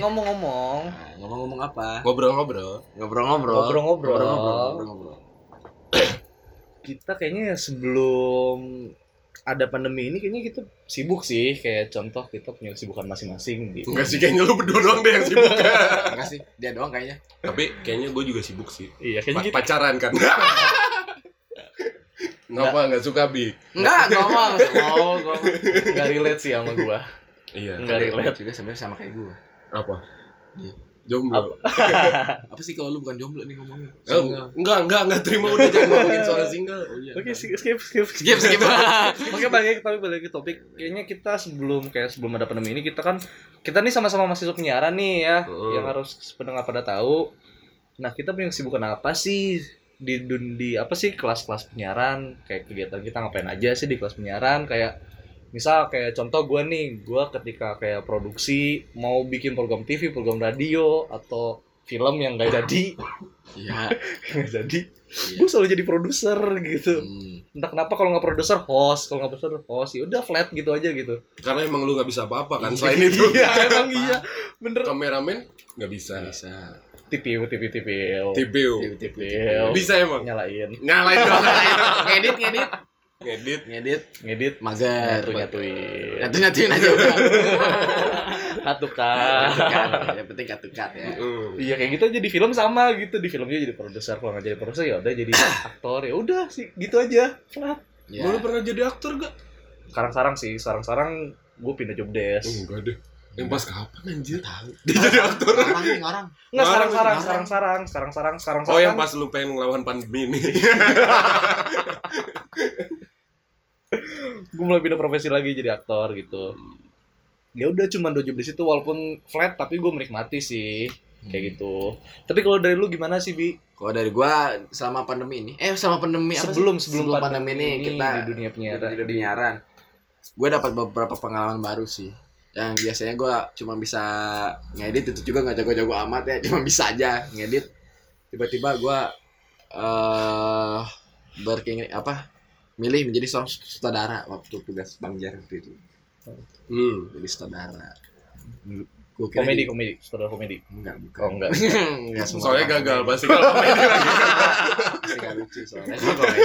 ngomong-ngomong Nah, ngomong-ngomong apa? Ngobrol-ngobrol. Ngobrol-ngobrol. Ngobrol-ngobrol. Ngobrol-ngobrol. kita kayaknya sebelum ada pandemi ini kayaknya kita sibuk sih kayak contoh kita punya kesibukan masing-masing gitu Enggak sih kayaknya lu berdua doang deh yang sibuk. ya. Enggak sih, dia doang kayaknya. Tapi kayaknya gue juga sibuk sih. iya Pa- kayaknya kita pacaran kan. Ngapa enggak suka bi? Enggak, ngomong. oh gua nggak relate sih sama gua Iya. nggak relate juga sebenarnya sama kayak gue. Apa? Iya. Jomblo. Apa sih kalau lu bukan jomblo nih ngomongnya? Eh, Enggak, enggak, enggak terima udah jangan ngomongin soal single. Oh iya. oke skip skip skip Skip, skip. Oke balik tapi balik ke topik kayaknya kita sebelum kayak sebelum ada pandemi ini kita kan kita nih sama-sama mahasiswa penyiaran nih ya Hmm. yang harus pendengar pada tahu nah kita punya kesibukan apa sih di dun di apa sih kelas-kelas penyiaran kayak kegiatan kita ngapain aja sih di kelas penyiaran kayak misal kayak contoh gue nih gue ketika kayak produksi mau bikin program TV program radio atau film yang gak jadi Iya. nggak jadi Iya. gue selalu jadi produser gitu Hmm. entah kenapa kalau nggak produser host kalau nggak produser host ya udah flat gitu aja gitu Karena emang lu nggak bisa apa-apa kan Iya. selain itu. iya emang iya bener Kameramen nggak bisa. Bisa. tipiu tipiu tipiu TPU. tipiu Bisa emang. nyalain Nyalain doang. Ngedit, ngedit. Iya. Ngedit. Ngedit, ngedit mager. nyatu nyatuin Nyatu-nyatuin aja udah. katukan Katukan. Yang penting katukan ya. Mm. iya kayak gitu aja di film sama gitu di filmnya jadi produser kalau nggak jadi produser ya udah jadi aktor ya udah sih gitu aja flat Ya. Lu udah pernah jadi aktor gak? sekarang sarang sih sarang sarang gue pindah job desk Enggak deh. Yang pas kapan anjir? Tahu. Dia jadi aktor. Orang nih, orang. nggak sarang sarang sarang Ngarang. sarang sarang sarang sarang Oh yang sarang. pas lu pengen ngelawan pandemi nih. gue mulai pindah profesi lagi jadi aktor gitu ya udah cuman dua job di situ walaupun flat tapi gue menikmati sih kayak gitu tapi kalau dari lu gimana sih bi Kalau dari gua selama pandemi ini, eh selama pandemi apa sih? sebelum sebelum, Sebelum pandemi ini di kita dunia penyiaran di dunia penyiaran gue dapat beberapa pengalaman baru sih yang biasanya gue cuma bisa ngedit itu juga nggak jago-jago amat ya cuma bisa aja ngedit tiba-tiba gue eh berkeinginan apa milih menjadi seorang sutradara waktu tugas bang Jar waktu itu Hmm. jadi sutradara gue kira komedi komedi saudara komedi enggak bukan oh enggak Enggak semua Soalnya orang gagal, komedi. pasti gagal lagi. Pasti nggak lucu soalnya Gua komedi.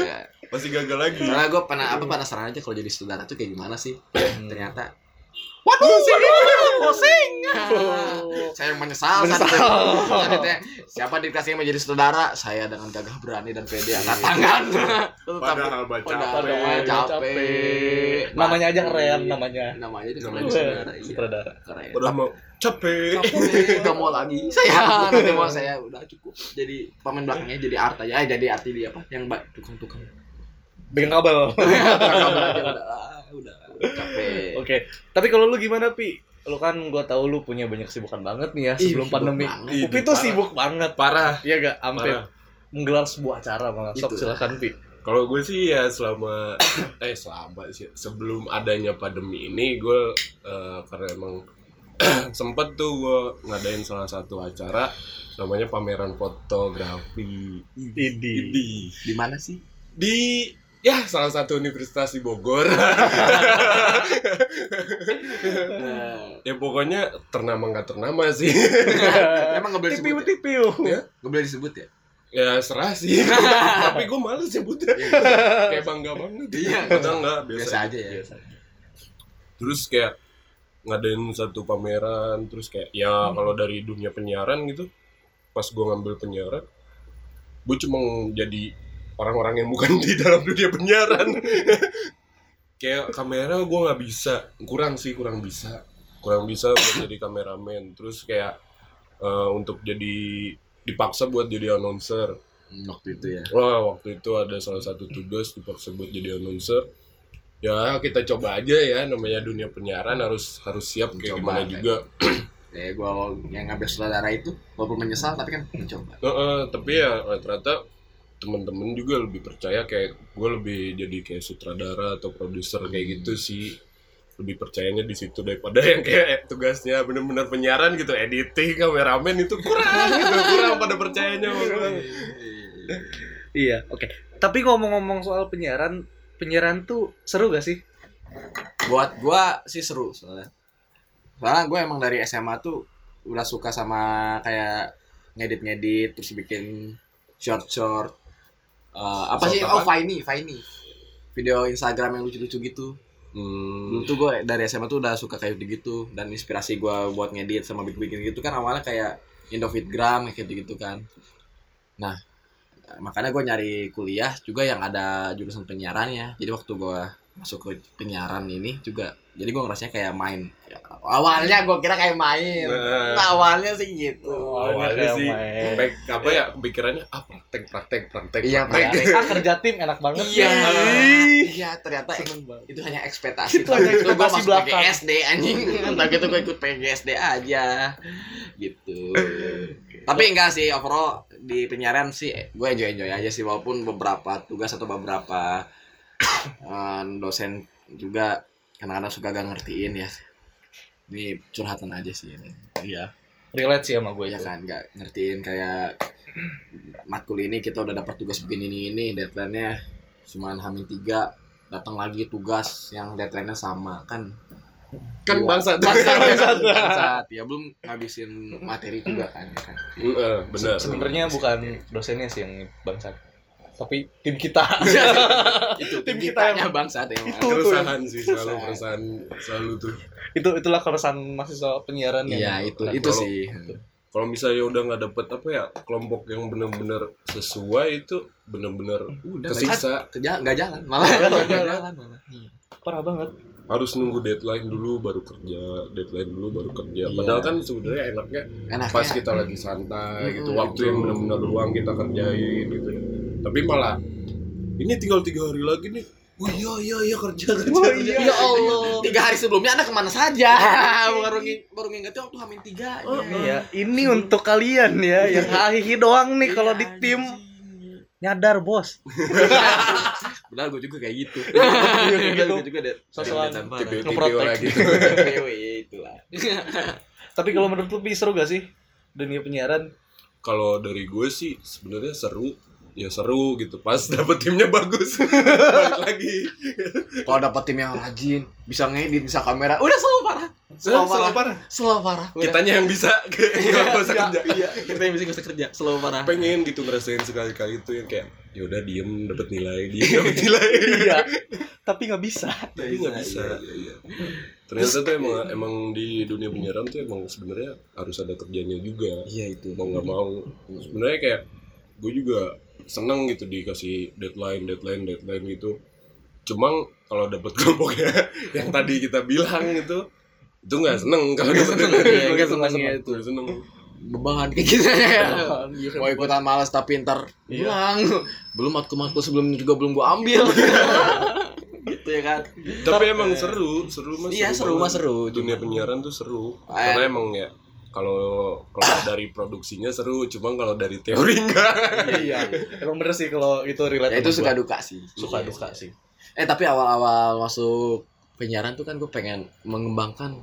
Ya. Pasti gagal lagi. soalnya gue pernah apa penasaran aja kalau jadi sutradara tuh kayak gimana sih ternyata Hmm. waduh pusing saya menyesal, Menyesal. saat itu. Maksudnya, siapa di kelas yang menjadi saudara saya dengan gagah berani dan pede angkat tangan Padahal baca Padahal apa ya. baca. capek. namanya aja keren namanya namanya itu Namanya namanya saudara iya saudara keren Udah mau capek. Capek, nggak mau lagi saya nanti mau saya udah cukup jadi pemain belakangnya jadi art aja Eh, jadi arti dia apa yang ba- tukang-tukang bikin kabel oke Tukang-tukang aja, udah ah, udah capek tapi kalau lu gimana pi lu kan gua tahu lu punya banyak kesibukan banget nih ya Ih, sebelum sibuk pandemi banget. Ih, Upi tuh parah. sibuk banget Parah. Iya gak? Sampai Parah. menggelar sebuah acara malah. Sok Gitu. silakan Pi. Kalau gue sih ya selama eh selama sih sebelum adanya pandemi ini gue eh, karena emang sempet tuh gue ngadain salah satu acara namanya pameran fotografi Idi. di di mana sih di ya salah satu universitas di Bogor Nah, ya pokoknya ternama nggak ternama sih emang nggak boleh Tipiu disebut ya? tipiu. Ya? nggak boleh disebut ya ya serah sih tapi gue males sebutnya kayak bangga banget Iya. padahal nggak biasa biasa aja ya terus kayak ngadain satu pameran terus kayak ya kalau dari dunia penyiaran gitu pas gue ngambil penyiaran gue cuma jadi orang-orang yang bukan di dalam dunia penyiaran kayak kamera gue nggak bisa kurang sih kurang bisa kurang bisa buat jadi kameramen terus kayak eh, untuk jadi dipaksa buat jadi announcer Hmm, waktu itu ya Wah, waktu itu ada salah satu tugas dipaksa buat jadi announcer. Ya, kita coba aja ya namanya dunia penyiaran harus harus siap Mencoba, kayak gimana kayak juga. ya gue yang ngambil saudara itu walaupun menyesal tapi kan mencoba Heeh, tapi ya ternyata temen-temen juga lebih percaya kayak gue lebih jadi kayak sutradara atau produser kayak Hmm. gitu sih lebih percayanya di situ daripada yang kayak tugasnya bener-bener penyiaran gitu editing kameramen itu kurang gitu kurang pada percayanya sama gua. Iya, oke. Tapi ngomong-ngomong soal penyiaran, penyiaran tuh seru gak sih? buat gue sih seru soalnya soalnya gue emang dari SMA tuh udah suka sama kayak ngedit-ngedit terus bikin short-short Eh, apa Short sih apa? oh Viney Viney video Instagram yang lucu-lucu gitu dulu Hmm. tuh gue dari SMA tuh udah suka kayak gitu dan inspirasi gue buat ngedit sama bikin-bikin gitu kan awalnya kayak Indofitgram kayak gitu, gitu kan nah makanya gue nyari kuliah juga yang ada jurusan penyiarannya jadi waktu gue masuk ke penyiaran ini juga jadi gue ngerasanya kayak main awalnya gue kira kayak main Nah, Nah, awalnya Oh, sih gitu ya, awalnya sih main. pek- apa ya kepikirannya ah praktek praktek praktek Eh, Iya, praktek. Ah, kerja tim enak banget iya ya. iya ternyata Seneng banget. itu hanya Itu ekspektasi hanya Itu gua ekspektasi masuk belakang. PGSD anjing entah gitu gue ikut PGSD aja gitu tapi enggak sih overall di penyiaran sih gue enjoy enjoy aja sih walaupun beberapa tugas atau beberapa eh, dosen juga kadang-kadang suka gak ngertiin ya ini curhatan aja sih ini iya Relate sih sama gue ya itu. kan nggak ngertiin kayak matkul ini kita udah dapat tugas begini ini ini deadline-nya cuman hamin tiga datang lagi tugas yang deadline-nya sama kan kan Iya. bangsa bangsat bangsat, bangsat. ya belum ngabisin materi juga kan ya kan Eh, benar Sebenarnya bukan dosennya sih yang bangsat. Tapi tim kita. itu Tim tim kita kita emang. bangsat emang Itu. keresahan sih selalu keresahan selalu tuh itu itulah keresahan mahasiswa penyiaran yang- iya itu Nah, itu kalau- sih kalau misalnya udah nggak dapet apa ya kelompok yang benar-benar sesuai itu benar-benar udah nggak- kesiksa kerja nggak jalan malah Nggak jalan. nggak jalan malah Parah banget. harus nunggu deadline dulu baru kerja deadline dulu baru kerja Iya. padahal kan sebenarnya enaknya enak pas gitu. kita lagi santai gitu Mm-mm. waktu yang benar-benar luang kita kerjain gitu tapi malah ini tinggal tiga hari lagi nih oh iya iya iya kerja kerja kerja. Ya Allah. Tiga hari sebelumnya anak kemana saja? baru nging- baru ngingetnya waktu hamin tiga. Oh, Iya, ini untuk kalian ya yang hahihi doang nih kalau di tim nyadar bos. Benar gue juga kayak gitu. Iya, kayak gitu. Gue juga deh. Sosokan. tipe tipe Ngeprotek. lagi itulah. Tapi kalau menurut lu Pi, seru gak sih dunia penyiaran? kalau dari gue sih sebenarnya seru ya seru gitu pas dapet timnya bagus balik lagi Kalau dapat tim yang rajin, bisa ngedit, bisa kamera, udah selalu parah. Selalu parah. selalu parah Selalu parah. Udah. kitanya yang bisa nggak usah Iya, kerja Iya, kita yang bisa kita kerja, selalu parah. pengen gitu ngerasain sekali-kali itu yang kayak ya udah diem dapet nilai diem dapet nilai Iya. Tapi nggak bisa. tapi nggak Iya, bisa ternyata tuh emang emang di dunia penyiaran tuh emang sebenarnya harus ada kerjanya juga Iya itu. mau nggak mau sebenarnya kayak gue juga seneng gitu dikasih deadline deadline deadline gitu cuman kalau dapet kelompoknya yang tadi kita bilang itu itu nggak seneng kalau dapet deadline. Iya, Nggak senengnya seneng. itu. Nggak seneng Beban kayak gitu ya. Iya, mau ikutan malas tapi ntar Iya. bilang belum matkul-matkul sebelumnya juga belum gua ambil gitu ya kan tapi emang seru seru mas iya seru mas seru dunia Cuma- penyiaran tuh seru Ah, karena emang ya kalau kalau dari produksinya seru cuma kalau dari teori enggak Iya. Emang bener sih kalau itu relate. ya itu sama suka duka sih gua. suka Iya. duka sih. eh tapi awal-awal masuk penyiaran tuh kan gue pengen mengembangkan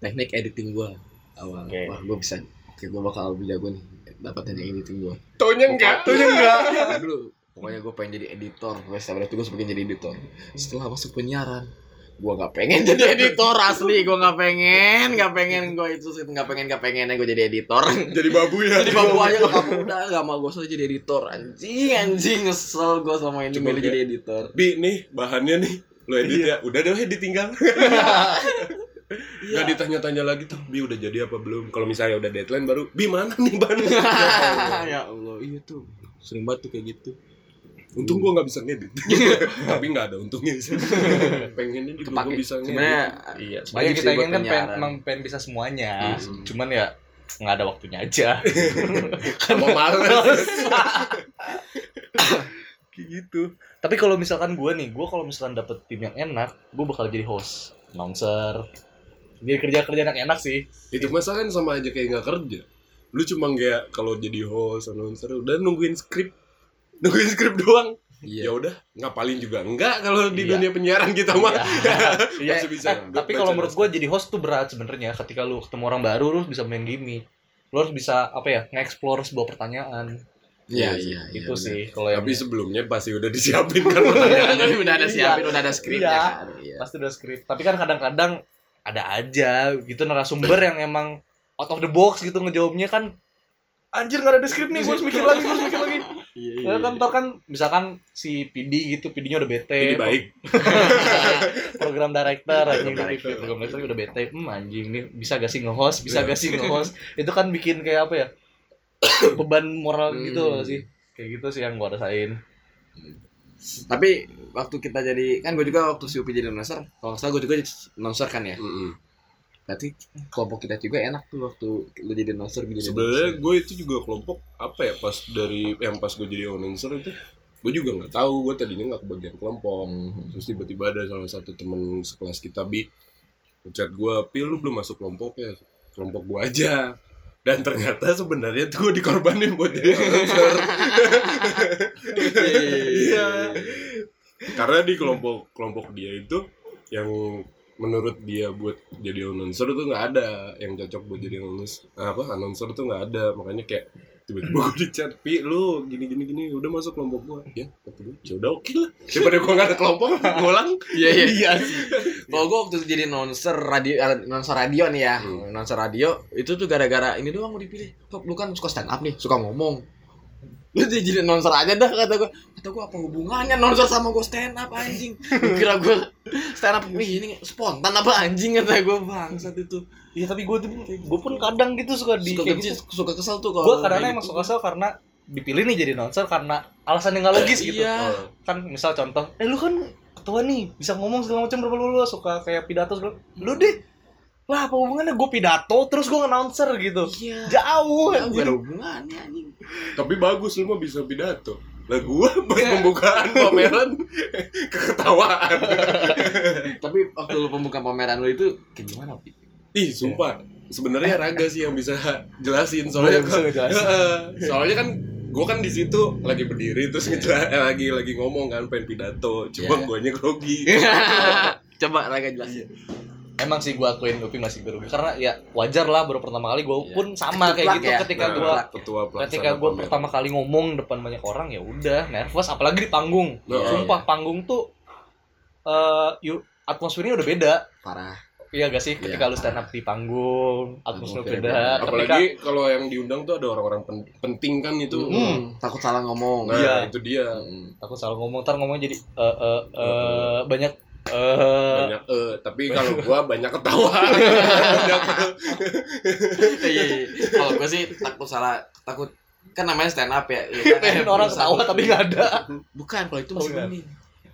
teknik editing gua awal Oke. wah gue bisa kayak gue bakal lebih jago nih dapat teknik editing gua taunya enggak Itu enggak. dulu pokoknya gue pengen jadi editor gue setelah itu gue pengen jadi editor setelah masuk penyiaran gue nggak pengen jadi editor asli gue nggak pengen nggak pengen gue itu sih nggak pengen nggak pengennya gue jadi editor jadi babu ya jadi babu aja nggak apa udah nggak mau gue selalu jadi editor anjing anjing nyesel gue selama ini Coba milih gue- jadi editor bi nih bahannya nih lo edit ya udah deh ditinggal Iya. nggak ditanya-tanya lagi tuh bi udah jadi apa belum kalau misalnya udah deadline baru bi mana nih bahannya ya allah iya tuh sering banget tuh kayak gitu untung gua nggak bisa ngedit tapi nggak ada untungnya sih pengennya Iya. juga gua kepake bisa ngedit sebenarnya Iya. Sebenarnya Wajib kita sih ingin buat kan pengen, penyiaran. emang pengen bisa semuanya. Hmm. Cuman ya nggak ada waktunya aja. sama kan- males Kayak gitu. Tapi kalau misalkan gue nih, gue kalau misalkan dapet tim yang enak, gue bakal jadi host, announcer. Jadi kerja-kerja yang enak sih. itu masa kan sama aja kayak nggak kerja lu cuma kayak kalau jadi host announcer udah nungguin skrip nungguin skrip doang iya ya udah ngapalin juga enggak kalau di Iya. dunia penyiaran kita mah Iya. Masih bisa. Eh, tapi kalau menurut gue jadi host tuh berat sebenarnya. Ketika lu ketemu orang baru, lu harus bisa main gimmick. Lu harus bisa apa ya, nge-explore sebuah pertanyaan. iya iya itu benar. sih kalau yang tapi sebelumnya pasti udah disiapin iya. kan pertanyaan udah ada siapin udah ada skripnya Iya. kan iya pasti udah skrip. Tapi kan kadang-kadang ada aja gitu narasumber yang emang out of the box gitu ngejawabnya kan anjir nggak ada di script nih gue harus mikir lagi gue harus mikir lagi Iya, ya kan ntar kan misalkan si PD gitu PD-nya udah bete Ini baik. program director anjing gitu. Program dari director. program director Iya. udah bete hmm anjing nih bisa gak sih nge-host bisa gak sih nge-host itu kan bikin kayak apa ya beban moral gitu Hmm. loh sih kayak gitu sih yang gua rasain Tapi waktu kita jadi kan gue juga waktu si Upi jadi announcer, kalau nggak salah gue juga jadi announcer kan ya. Mm-mm. Berarti kelompok kita juga enak tuh waktu lu jadi announcer gitu. Sebenarnya gue itu juga kelompok apa ya pas dari yang pas gue jadi announcer itu gue juga nggak tahu gue tadinya nggak kebagian kelompok terus tiba-tiba ada salah satu temen sekelas kita bi ngechat gue pil lu belum masuk kelompok ya kelompok gue aja dan ternyata sebenarnya tuh gue dikorbanin buat jadi announcer Iya. karena di kelompok kelompok dia itu yang menurut dia buat jadi announcer tuh nggak ada yang cocok buat jadi announcer apa announcer tuh nggak ada makanya kayak tiba-tiba gue dicat pi lu gini gini gini udah masuk kelompok gua ya kata gue ya udah oke lah daripada gua nggak ada kelompok ngulang Iya iya. Iya sih. Kalau gue waktu jadi announcer radio eh, announcer radio nih ya, Hmm. announcer radio itu tuh gara-gara ini doang gue dipilih. Kok lu kan suka stand up nih, suka ngomong. Lu jadi- jadi announcer aja dah kata gue. Kata gue apa hubungannya announcer sama gue stand up anjing. Lu kira gue stand up nih ini spontan apa anjing kata gue bangsat itu. iya tapi gue gue pun kadang gitu suka di Suka kayak benci, gitu suka kesel tuh kalau gue kadang kayak emang gitu. suka kesel karena dipilih nih jadi announcer karena alasan yang gak logis gitu Iya. Ah. kan misal contoh eh lu kan ketua nih bisa ngomong segala macam berapa lu, lu suka kayak pidato segala lu deh lah apa hubungannya gue pidato terus gue announcer gitu Iya. jauh Ya, anjing. gak ada hubungannya anjing. tapi bagus lu mah bisa pidato lah gua pas pembukaan pameran keketawaan Tapi waktu lu pembuka pameran lu itu kayak gimana? Pi? ih sumpah sebenarnya raga sih yang bisa jelasin soalnya Gua bisa ngejelasin. Heeh. soalnya kan gue kan di situ lagi berdiri terus ngejela- eh, lagi lagi ngomong kan pengen pidato cuma Iya. guanya grogi Coba Raga jelasin. emang sih gue akuin Upi masih grogi karena ya wajar lah baru pertama kali gue Iya. pun sama kayak Ketuplak gitu ya. ketika Nah, gue ketua pelaksana ketika gue pameran. pertama kali ngomong depan banyak orang ya udah nervous apalagi di panggung Iya, sumpah panggung tuh eh yuk atmosfernya udah beda Parah. Iya gak sih ketika Iya. lu stand up di panggung atmosfernya beda Atmosfernya beda. ketika apalagi kalau yang diundang tuh ada orang-orang pen- penting kan itu Hmm. Takut salah ngomong. nah Iya. itu dia aku salah ngomong ntar ngomong jadi eh eh eh banyak eh banyak eh tapi kalau gua banyak ketawa Iya, iya, iya. Kalau gue sih takut salah, takut kan namanya stand up ya. Iya, kan? pengen orang ketawa tapi nggak ada Bukan, kalau itu masih Oh, enggak. mending.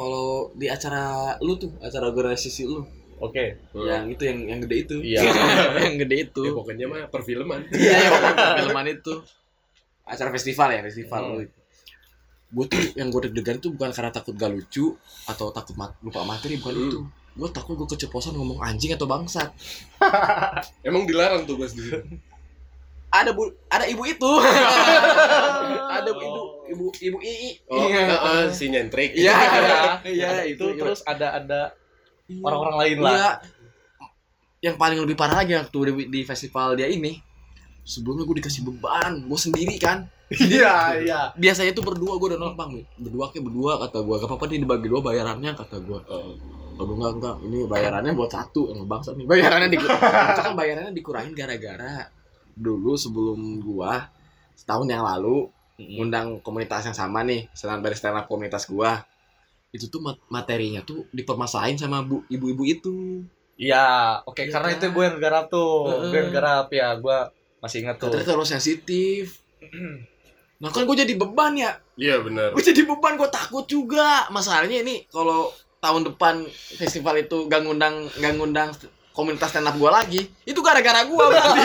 Kalau di acara lu tuh, acara organisasi lu, oke yang itu yang yang gede itu. Oh. Iya. yang gede itu. Ya, pokoknya mah perfilman Iya, yang perfilman itu. Acara festival ya, festival Hmm. lu. Gue tuh yang gue deg-degan tuh bukan karena takut gak lucu atau takut mat- lupa materi, bukan Hmm. itu. Gue takut gue keceplosan ngomong anjing atau bangsat. emang dilarang tuh gua sendiri ada bu ada ibu itu ada bu- ibu ibu ibu ii oh Iya. eh, eh, si nyentrik iya iya iya itu terus ada ada Iya. orang-orang lain lah Iya. yang paling lebih parah lagi waktu di, di festival dia ini sebelumnya gue dikasih beban gue sendiri kan iya iya biasanya tuh berdua gue udah nolak bang berdua kayak berdua kata gue gak apa-apa nih dibagi dua bayarannya kata gue Eh, Aduh enggak enggak ini bayarannya buat satu yang bangsa nih. Bayarannya dikurangin. Itu kan bayarannya dikurangin gara-gara dulu sebelum gua setahun yang lalu ngundang komunitas yang sama nih, stand dari stand up komunitas gua. Itu tuh mat- materinya tuh dipermasalahin sama bu ibu-ibu itu. iya oke Iya karena kan? itu gue yang garap tuh Heeh. gue yang garap ya gue masih inget tuh Ternyata terlalu sensitif. Nah kan gue jadi beban ya, iya benar gue jadi beban, gue takut juga. Masalahnya ini kalau tahun depan festival itu gak ngundang gak ngundang komunitas stand up gue lagi, itu gara-gara gue berarti.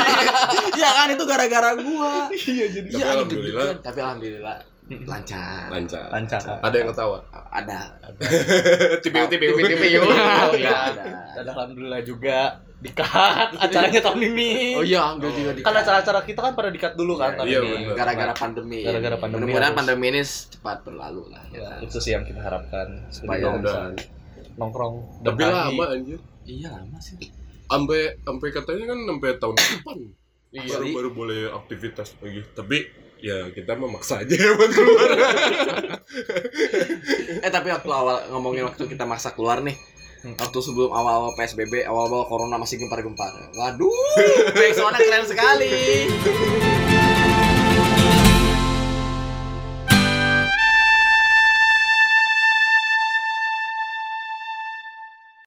Iya kan itu gara-gara gue. iya jadi Tapi alhamdulillah. Tapi alhamdulillah lancar. lancar lancar ada yang ketawa Ada. tipiu tipiu Tipiu-tipiu. Oh, iya. Ada. dan alhamdulillah juga dikat acaranya tahun ini Oh iya, ambil juga di. kan acara-acara kita kan pada dikat dulu kan tahun Iya, ini. bener. Gara-gara pandemi. Gara-gara pandemi Mudah-mudahan harus. pandemi ini cepat berlalu lah. ya Ya, Iya, kan? itu sih yang kita harapkan Supaya Supaya bisa nongkrong tapi berbagi. lama anjir Iya lama sih. sampai sampai katanya kan sampai tahun depan Iya. baru baru boleh aktivitas lagi tapi ya kita mah maksa aja ya buat keluar Eh tapi waktu awal ngomongin waktu kita maksa keluar nih, waktu sebelum awal-awal PSBB, awal-awal corona masih gempar-gempar. Waduh, backsoundnya keren sekali.